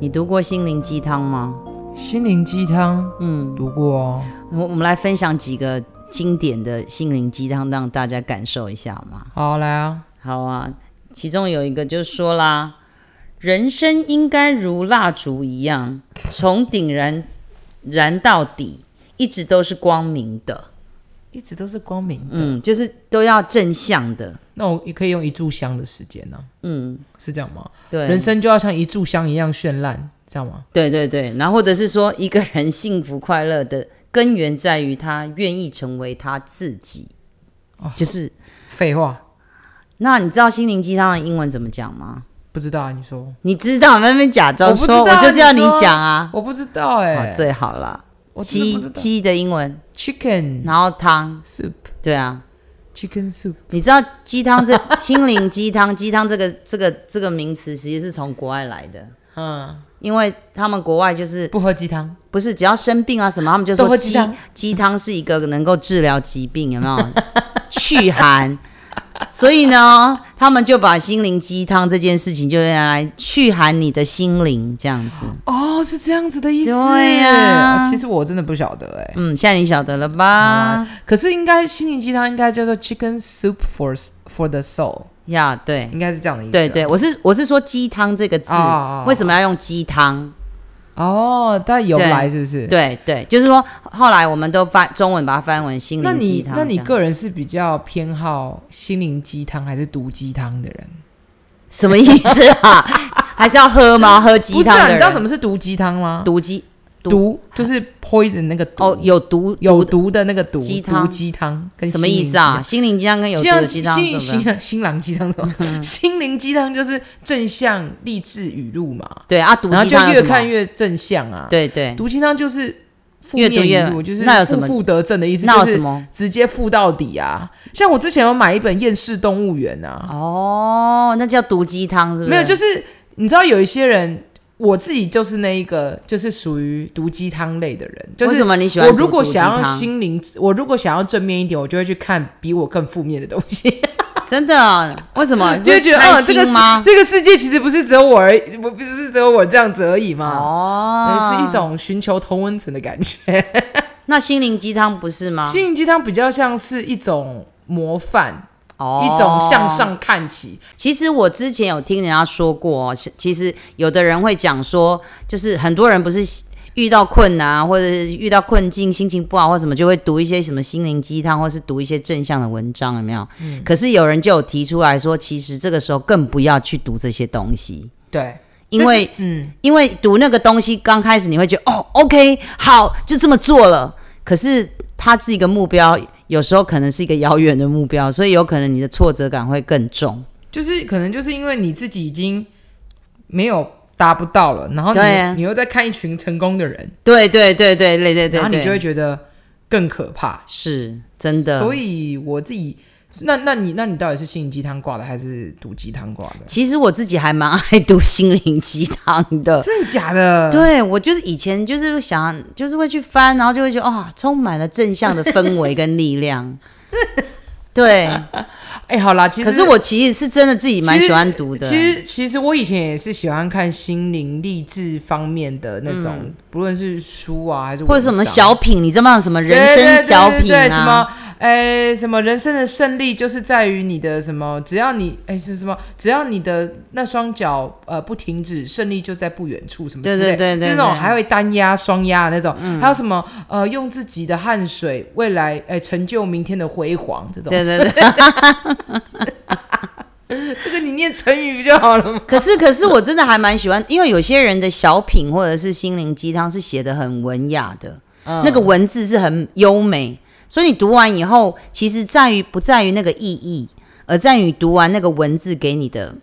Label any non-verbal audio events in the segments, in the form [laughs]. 你读过心灵鸡汤吗？心灵鸡汤嗯，读过哦，我我们来分享几个经典的心灵鸡汤，让大家感受一下嘛。好来啊，好啊，其中有一个就说啦，人生应该如蜡烛一样，从顶燃燃到底，一直都是光明的。一直都是光明的。嗯，就是都要正向的。那我也可以用一炷香的时间呢、啊嗯，是这样吗？对，人生就要像一炷香一样绚烂，这样吗？对对对，然后或者是说，一个人幸福快乐的根源在于他愿意成为他自己。哦就是，废话，那你知道心灵鸡汤的英文怎么讲吗？不知道啊，你说？你知道，你在那边假我装不知说，道我就是要你你说讲啊。我不知道哎、好，最好啦。我真的鸡不知道。鸡的英文， Chicken 然后汤， soup, 对啊， chicken soup。你知道鸡汤 [laughs] 这心灵鸡汤，鸡汤这个这个这个名词其实是从国外来的，嗯，因为他们国外就是不喝鸡汤，不是只要生病啊什么，他们就都说喝鸡鸡汤鸡汤是一个能够治疗疾病，有没有 [laughs] 祛寒？所以呢，他们就把心灵鸡汤这件事情就拿来祛寒你的心灵，这样子。哦，是这样子的意思。对啊哦其实我真的不晓得哎、嗯，现在你晓得了吧？可是应该心灵鸡汤应该叫做 Chicken Soup for for the Soul，呀、对应该是这样的意思。啊对对，，我是我是说鸡汤这个字，哦哦哦为什么要用鸡汤？哦，它由对来是不是？对对，就是说后来我们都翻中文把它翻为心那灵鸡你汤这那样。你个人是比较偏好心灵鸡汤还是毒鸡汤的人？什么意思啊？ [laughs] 还是要喝吗？喝鸡不是汤的啊，人你知道什么是毒鸡汤吗？毒鸡毒毒就是 poison 那个毒哦，有毒有毒毒的那个毒鸡汤毒鸡汤跟什么意思啊？心心灵鸡汤跟有灵毒鸡汤？的鸡汤心怎么样？心心灵鸡汤什么？ [laughs] 心灵鸡汤就是正向励志语录嘛，对啊，毒然后鸡就汤有越什么看越正向啊。对对，毒鸡汤就是负越面读越语录，就是那有什负么负得正的意思，那就有什是么？直接负到底啊。像我之前有买一本《厌世动物园》啊，哦，那叫毒鸡汤是不是？没有，就是是你知道有一些人，我自己就是那一个，就是属于毒鸡汤类的人，就为什是。么你喜欢我读如果毒想要鸡汤心灵，我如果想要正面一点，我就会去看比我更负面的东西， [laughs] 真的啊为什 [laughs] 么就会觉得哦，开这心个世吗？这个世界其实不是只有我而已，不不是只有我这样子而已嘛，哦呃，是一种寻求同温层的感觉。那心灵鸡汤不是吗？心灵鸡汤比较像是一种模范，哦，一种向。上看齐。其实我之前有听人家说过、哦，是其实有的人会讲说，就是很多人不是遇到困难啊或者是遇到困境，心情不好或什么，就会读一些什么心灵鸡汤，或是读一些正向的文章，有没有？嗯可是有人就有提出来说，其实这个时候更不要去读这些东西，对，因为这是嗯，因为读那个东西，刚开始你会觉得哦，OK，好，就这么做了。可是它是一个目标，有时候可能是一个遥远的目标，所以有可能你的挫折感会更重。就是可能就是因为你自己已经没有达不到了，然后你、对啊你又在看一群成功的人，对对对对对对对，然后你对就会觉得更可怕。是真的。所以我自己，那那你那你到底是心灵鸡汤挂的还是毒鸡汤挂的？其实我自己还蛮爱读心灵鸡汤的。真的假的？对，我呃就是以前就是想，就是会去翻，然后就会觉得哦，充满了正向的氛围跟力量。对，哎、好啦，其可实是我其实是真的自己蛮喜欢读的。其实其实我以前也是喜欢看心灵励志方面的那种，不论是书啊还是嗯或者什么文章小品，你知道吗？什么对人生小对对品对对什啊？么呃什么人生的胜利就是在于你的什么，只要你哎是什么，只要你的那双脚呃不停止，胜利就在不远处什么之类，对对对对就是那种对还会单压双压的那种，还有什么呃用自己的汗水未来哎成就明天的辉煌这种，对对对这个你念成语不就好了吗？可是，可是我真的还蛮喜欢，因为有些人的小品或者是心灵鸡汤是写的很文雅的，嗯那个文字是很优美，所以你读完以后，其实在于不在于那个意义，而在于读完那个文字给你的嘖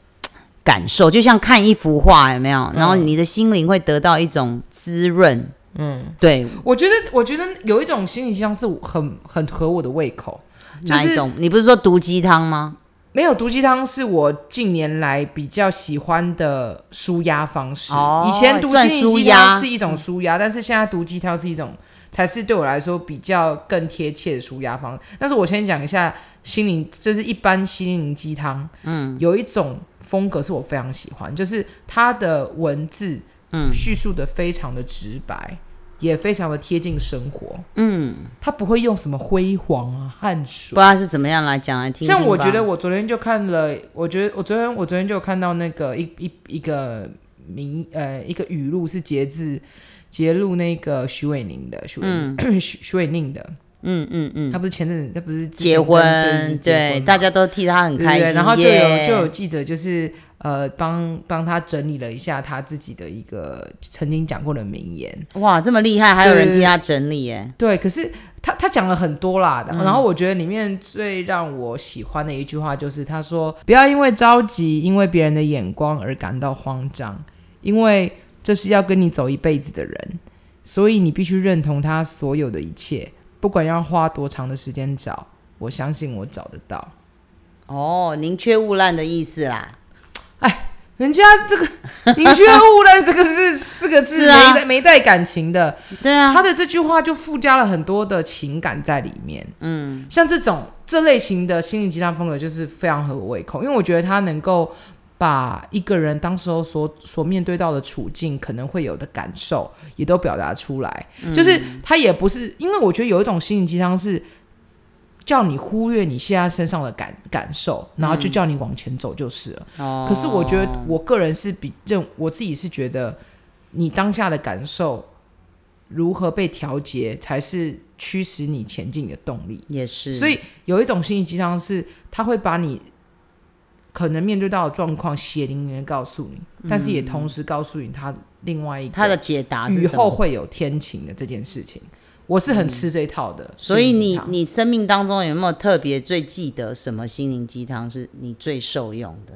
感受，就像看一幅画，有没嗯有？然后你的心灵会得到一种滋润。嗯，对，我觉得我觉得有一种心理像是很很合我的胃口，就哪一是种？你不是说毒鸡汤吗？没有毒鸡汤是我近年来比较喜欢的舒压方式。哦以前毒算心灵舒鸡压汤是一种舒压，但是现在毒鸡汤是一种，才是对我来说比较更贴切的舒压方式。但是我先讲一下心灵，就是一般心灵鸡汤，嗯，有一种风格是我非常喜欢，就是它的文字嗯，叙述的非常的直白，也非常的贴近生活。嗯，他不会用什么辉煌啊、汗不水。知道是怎么样来讲来听听吧。像我觉得，我昨天就看了，我觉得我昨天我昨天就有看到那个一一一个名呃一个语录是截自截录那个徐伟宁的，徐伟、 [clears throat] 徐徐伟宁的，嗯嗯嗯，他不是前阵子他不是之前结跟婚，对结对，婚嘛大家都替他很对开对心，对，然后就有耶就有记者就是呃帮帮他整理了一下他自己的一个曾经讲过的名言。哇，这么厉害，还有人对替他整理耶，对，可是他他讲了很多啦，嗯然后我觉得里面最让我喜欢的一句话就是他说：“不要因为着急，因为别人的眼光而感到慌张，因为这是要跟你走一辈子的人，所以你必须认同他所有的一切，不管要花多长的时间找，我相信我找得到。”哦，宁缺毋滥的意思啦，人家这个 [laughs] “宁缺毋滥”这个是四个字，是啊没带没带感情的。对啊，他的这句话就附加了很多的情感在里面。嗯，像这种这类型的心灵鸡汤风格，就是非常合我胃口，因为我觉得他能够把一个人当时候所所面对到的处境，可能会有的感受，也都表达出来。嗯就是他也不是，因为我觉得有一种心灵鸡汤是。叫你忽略你现在身上的感感受，然后就叫你往前走就是了。哦可是我觉得我个人是比认我自己是觉得，你当下的感受如何被调节，才是驱使你前进的动力。也是，所以有一种心灵鸡汤是，它会把你可能面对到的状况血淋淋的告诉你，但是也同时告诉你它另外一个嗯他的解答是雨什后么？会有天晴的这件事情。我是很吃这一套的，嗯所以心灵鸡你汤你生命当中有没有特别最记得什么心灵鸡汤是你最受用的？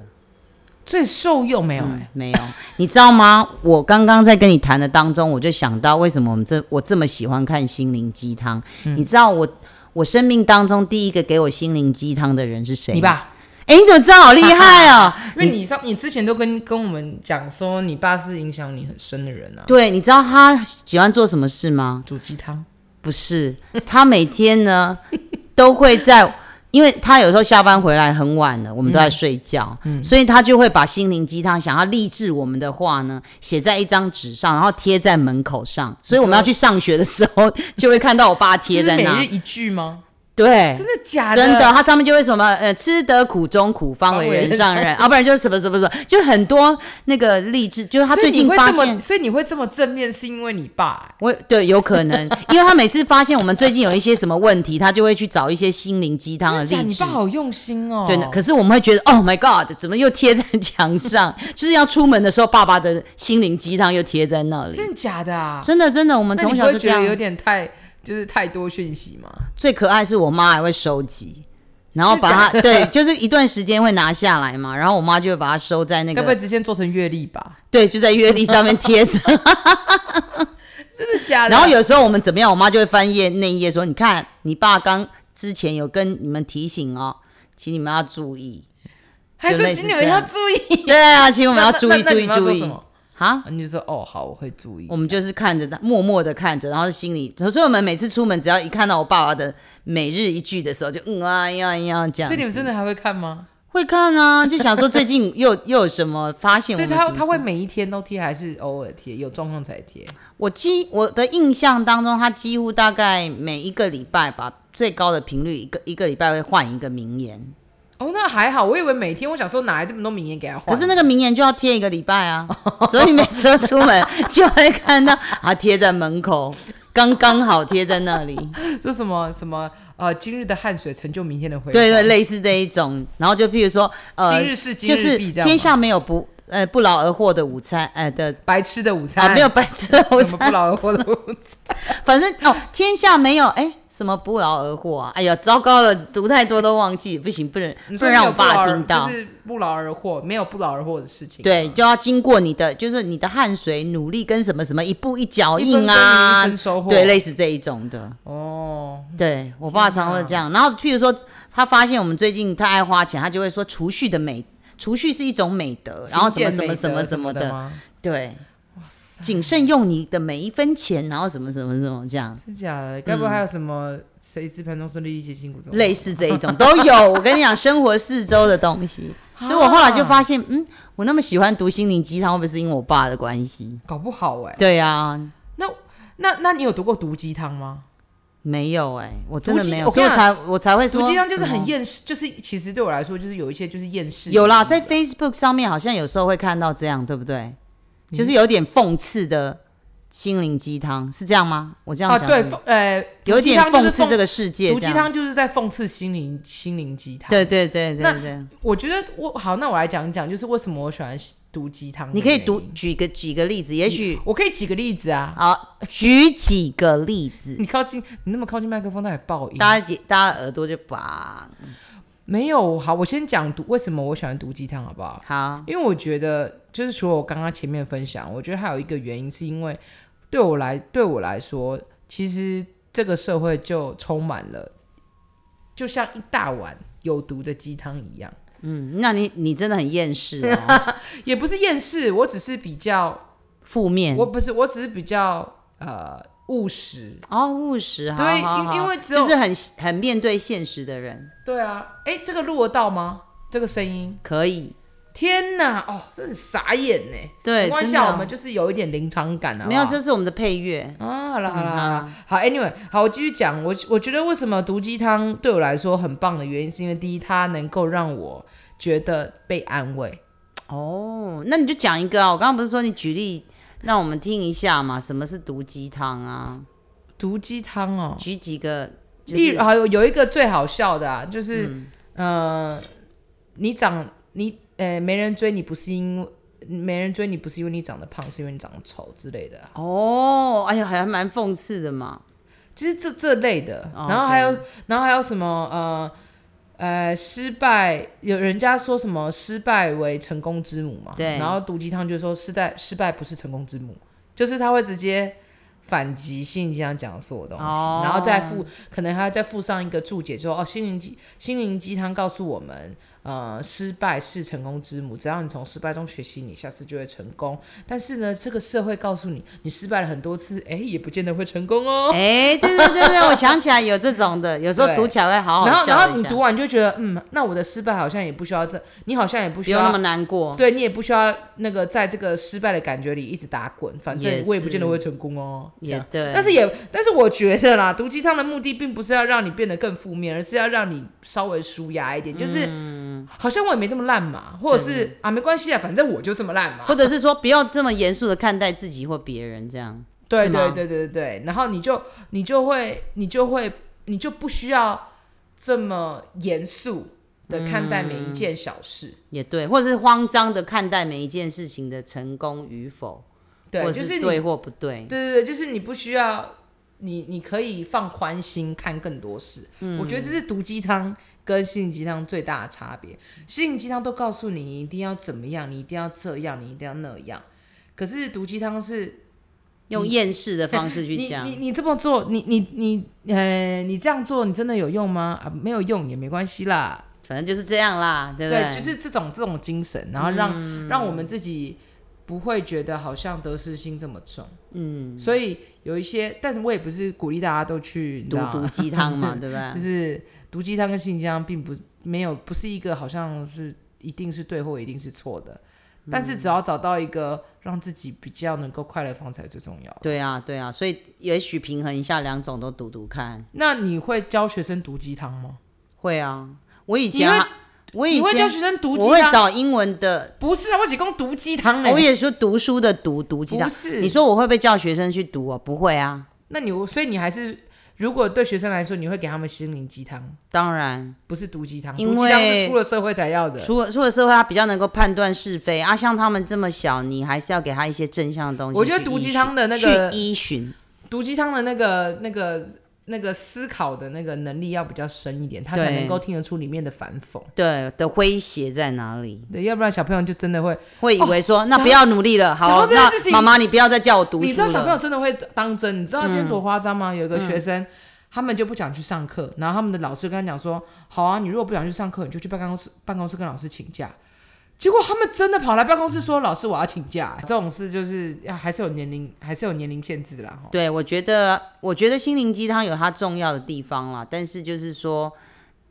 最受用没有、欸？嗯没有，你知道吗？我刚刚在跟你谈的当中，我就想到为什么我们这我这么喜欢看心灵鸡汤。你知道我我生命当中第一个给我心灵鸡汤的人是谁？你？吧，哎，你怎么知道？好厉害 [laughs] 哦！因为你上你之前都跟跟我们讲说，你爸是影响你很深的人啊，对，你知道他喜欢做什么事吗？煮鸡汤。不是，他每天呢 [laughs] 都会在，因为他有时候下班回来很晚了，我们都在睡觉，嗯所以他就会把心灵鸡汤想要励志我们的话呢，写在一张纸上，然后贴在门口上。所以我们要去上学的时候， [laughs] 就会看到我爸贴这在是每那日。一句吗？对，真的假真的，的，它上面就会什么呃，吃得苦中苦，方为人上人，啊，不然就是什么什么什么，就很多那个励志，就是他所以最你近会发这现么，所以你会这么正面，是因为你爸、欸我对有可能，因为他每次发现我们最近有一些什么问题，他就会去找一些心灵鸡汤的真的假励你志爸。好用心哦。对，可是我们会觉得，Oh my God，怎么又贴在墙上？就是要出门的时候，爸爸的心灵鸡汤又贴在那里。真的假的啊？真的，真的，我们那你从不小会就这觉得有样。点太就是太多讯息吗？最可爱是我妈还会收集，然后真的把它对，就是一段时间会拿下来嘛，然后我妈就会把它收在那该不会个直接做成阅 [laughs] 历吧？对，就在月历上面贴着。真的假的？然后有时候我们怎么样，我妈就会翻页那一页说：“你看，你爸刚之前有跟你们提醒哦，请你们要注 [laughs] 意。还就说类似请你们要注意，”对啊， [laughs] 请我们那要注意 [laughs] 那注意那那你们注要说意什么啊！你就说哦，好，我会注意我。们就是看 [laughs] 着他，默默的看着，然后心里，所以我们每次出门，只要一看到我爸爸的每日一句的时候，就嗯啊呀呀这样所以。你们真的还会看吗？会看啊，就想说最近又 [laughs] 又有什么发现我所以们什他么事？他会每一天都贴，还是偶尔贴？有状况才贴。我几我的印象当中，他几乎大概每一个礼拜吧，最高的频率一个一个礼拜会换一个名言。哦，那还好，我以为每天，我想说哪来这么多名言给他换？可是那个名言就要贴一个礼拜啊，所以每次出门就会看到啊贴在门口，刚刚好贴在那里，说什么什么呃，今日的汗水成就明天的辉煌。对对，类似这一种。然后就譬如说，呃，今日事今就日是毕，这样吗天下没有不呃不劳而获的午餐，呃的白吃的午餐，啊没有 [laughs] 白吃的午什么不餐，劳而获的午餐。反正哦天下没有哎什么不劳而获啊，哎呀糟糕了，读太多都忘记，不行不能不你能说没让有我不劳爸而听到就。是不劳而获，没有不劳而获的事情。对，就要经过你的，就是你的汗水、努力跟什么什么一步一脚一分印耕啊，耘一分收获。对，类似这一种的。哦，对我爸常会这样。然后譬如说，他发现我们最近太爱花钱，他就会说储蓄的美，储蓄是一种美德，然后什么什么什么什什么的的，吗？对。谨慎用你的每一分钱，然后什么什么什么这样，真假的？该不会还有什么嗯谁知盘中餐，粒粒皆辛苦这种？ [laughs] 类似这一种都有。我跟你讲，生活四周的东西，所以我后来就发现，嗯，我那么喜欢读心灵鸡汤，会不会是因为我爸的关系？搞不好哎、对啊，那那你有读过毒鸡汤吗？没有哎、我真的毒鸡没有，我所跟以我你才我才会说毒鸡汤就是什么很厌世，就是其实对我来说就是有一些就是厌世。有啦，在 Facebook 上面好像有时候会看到这样，对不对？嗯就是有点讽刺的心灵鸡汤，是这样吗？我这样啊，讲对是吗，，呃，有点讽刺这个个世界，毒这鸡样汤就是在讽刺心灵心灵鸡汤。对对对对那对，我觉得我好，那我来讲一讲，就是为什么我喜欢毒鸡汤的你可以原因读举个举个例子，也许我可以举个例子啊。好举几个例子，你靠近，你那么靠近麦克风，那也爆音。大家也大家耳朵就拔没有好，我先讲毒为什么我喜欢毒鸡汤，好不好？好，因为我觉得，就是除了我刚刚前面分享，我觉得还有一个原因，是因为对我来对我来说，其实这个社会就充满了，就像一大碗有毒的鸡汤一样，嗯，那你你真的很厌世 [laughs] 哦，也不是厌世，我只是比较，负面我不是，我只是比较呃务实。哦，务实，好对好因好因为只有就是很很面对现实的人，对啊，哎，这个录得到吗？这个声音，可以天哪，哦，真的很傻眼呢。对，没关系真的啊，我们就是有一点临场感啊。没有，好不好这是我们的嗯配乐。啊，好了好了好了，好，anyway，好，我继续讲。我我觉得为什么毒鸡汤对我来说很棒的原因，是因为第一，它能够让我觉得被安慰。哦，那你就讲一个啊！我刚刚不是说你举例让我们听一下嘛？什么是毒鸡汤啊？毒鸡汤哦，举几个，就例是嗯如还有有一个最好笑的啊，就是、呃，你长你呃没人追你不是因为没人追你不是因为你长得胖，是因为你长得丑之类的啊。哦，哎呀，还蛮讽刺的嘛。就是这这类的，哦然后还有，然后还有什么呃呃失败，有人家说什么失败为成功之母嘛，对然后毒鸡汤就说失败失败不是成功之母，就是他会直接反击心灵鸡汤讲的所有东西，哦然后再附可能还要再附上一个注解说哦心灵鸡心灵鸡汤告诉我们。呃，失败是成功之母，只要你从失败中学习，你下次就会成功。但是呢，这个社会告诉你，你失败了很多次，哎，也不见得会成功哦。哎，对对对对，我想起来有这种的，有时候对读起来会好好然后，哦笑然后一你下读完就觉得，嗯，那我的失败好像也不需要这，你好像也不不需用那要么，难过。啊对你也不需要那个在这个失败的感觉里一直打滚，反正也我也不见得是会成功哦。这也样对，但是也，但是我觉得啦，毒鸡汤的目的并不是要让你变得更负面，而是要让你稍微舒压一点，就是、嗯好像我也没这么烂嘛，或者是啊没关系啊，反正我就这么烂嘛或。者是说不要这么严肃的看待自己或别人，这样对是吗对对对对，然后你就你就会你就会你就不需要这么严肃的看待每一件小事。也对，或者是慌张的看待每一件事情的成功与否，对，或就者是是你，对对或不对。对对，就是你不需要，你你可以放宽心看更多事。嗯我觉得这是毒鸡汤跟心灵鸡汤最大的差别。心灵鸡汤都告诉你，你一定要怎么样，你一定要这样，你一定要那样。可是毒鸡汤是用厌世的方式去嗯你讲你，你这么做，你你你呃，你这样做，你真的有用吗？啊，没有用也没关系啦。反正就是这样啦，对不嗯对，就是这种这种精神，然后让、让我们自己不会觉得好像得失心这么重。嗯，所以有一些，但是我也不是鼓励大家都去毒毒，鸡汤 [laughs] 嘛，嗯对你知道吗吧就？是毒鸡汤跟心灵鸡汤并不没有不是一个好像是一定是对或一定是错的，嗯但是只要找到一个让自己比较能够快乐的方法才是最重要的。对啊，对啊，所以也许平衡一下两种都读读看。那你会教学生读鸡汤吗？会啊，我以前你啊我以你会教前学生读鸡我会汤？找英文的，不是啊，我只供读鸡汤呢、我也说读书的读读鸡不汤。是，你说我会不会叫学生去读哦？不会啊，那你所以你还是，如果对学生来说，你会给他们心灵鸡汤，当然，不是毒鸡汤。因为毒鸡汤是出了社会才要的。出了出了社会，他比较能够判断是非啊。像他们这么小，你还是要给他一些正向的东西去依循。我觉得毒鸡汤的那个去依循，毒鸡汤的那个、那个、那个思考的那个能力要比较深一点，他对才能够听得出里面的反讽。对的诙谐在哪里？对，要不然小朋友就真的会，会以为说、哦讲那不要努力了，讲好到，这件那事情妈妈你不要再叫我读书了。嗯你知道小朋友真的会当真。你知道今天多夸张吗？有一个学生。他们就不想去上课，然后他们的老师跟他讲说：“好啊，你如果不想去上课，你就去办公室办公室跟老师请假。”结果他们真的跑来办公室说：“老师，我要请假。”这种事就是啊还是有年龄，还是有年龄限制的啦。吼对，我觉得，我觉得心灵鸡汤有它重要的地方啦，但是就是说，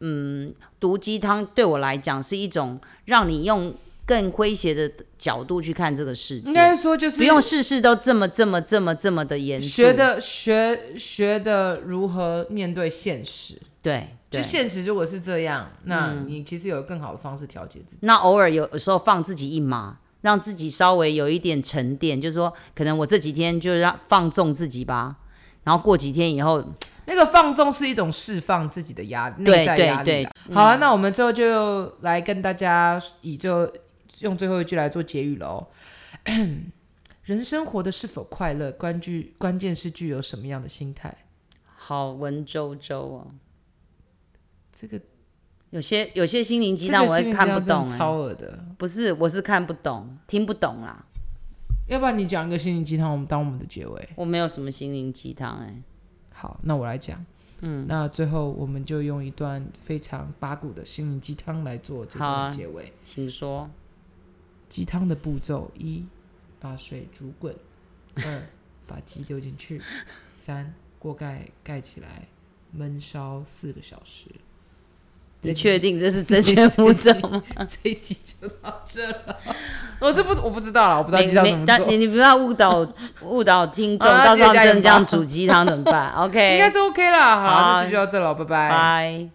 嗯，毒鸡汤对我来讲是一种让你用更诙谐的角度去看这个世应界，该说就是不用事事都这么这么这么这么的严肃。学的学学的如何面对现实。对就对，嗯现实如果是这样，那你其实有更好的方式调节自己。那偶尔有有时候放自己一马，让自己稍微有一点沉淀，就是说，可能我这几天就让放纵自己吧，然后过几天以后，那个放纵是一种释放自己的压对嗯内在压力啦。好啊了，那我们最后就来跟大家以就用最后一句来做结语喽。 [clears throat] 人生活的是否快乐，关具关键是具有什么样的心态。好文绉绉啊。这个有些有些心灵鸡这汤个我会心灵看鸡不汤真的懂、欸，超恶的。不是，我是看不懂，听不懂啦。要不然你讲一个心灵鸡汤，我们当我们的结尾。我没有什么心灵鸡汤哎，好，那我来讲。嗯，那最后我们就用一段非常八股的心灵鸡汤来做这好个啊结尾。请说。鸡汤的步骤：一，把水煮滚；二，把鸡丢进去；三，锅盖盖起来，焖烧四个小时。这你一集确定这是正确步骤吗？这一集就到这了。我哦是不我不知道 [laughs] 了，我不知道没鸡汤怎没，么啊但做。你你不要误导误导听 [laughs] 众，好那到时候记得他们真的加油这样吧煮鸡汤怎么办 [laughs] 应该？OK，是 OK 啦。好啦，好这集就到这了，拜拜。拜。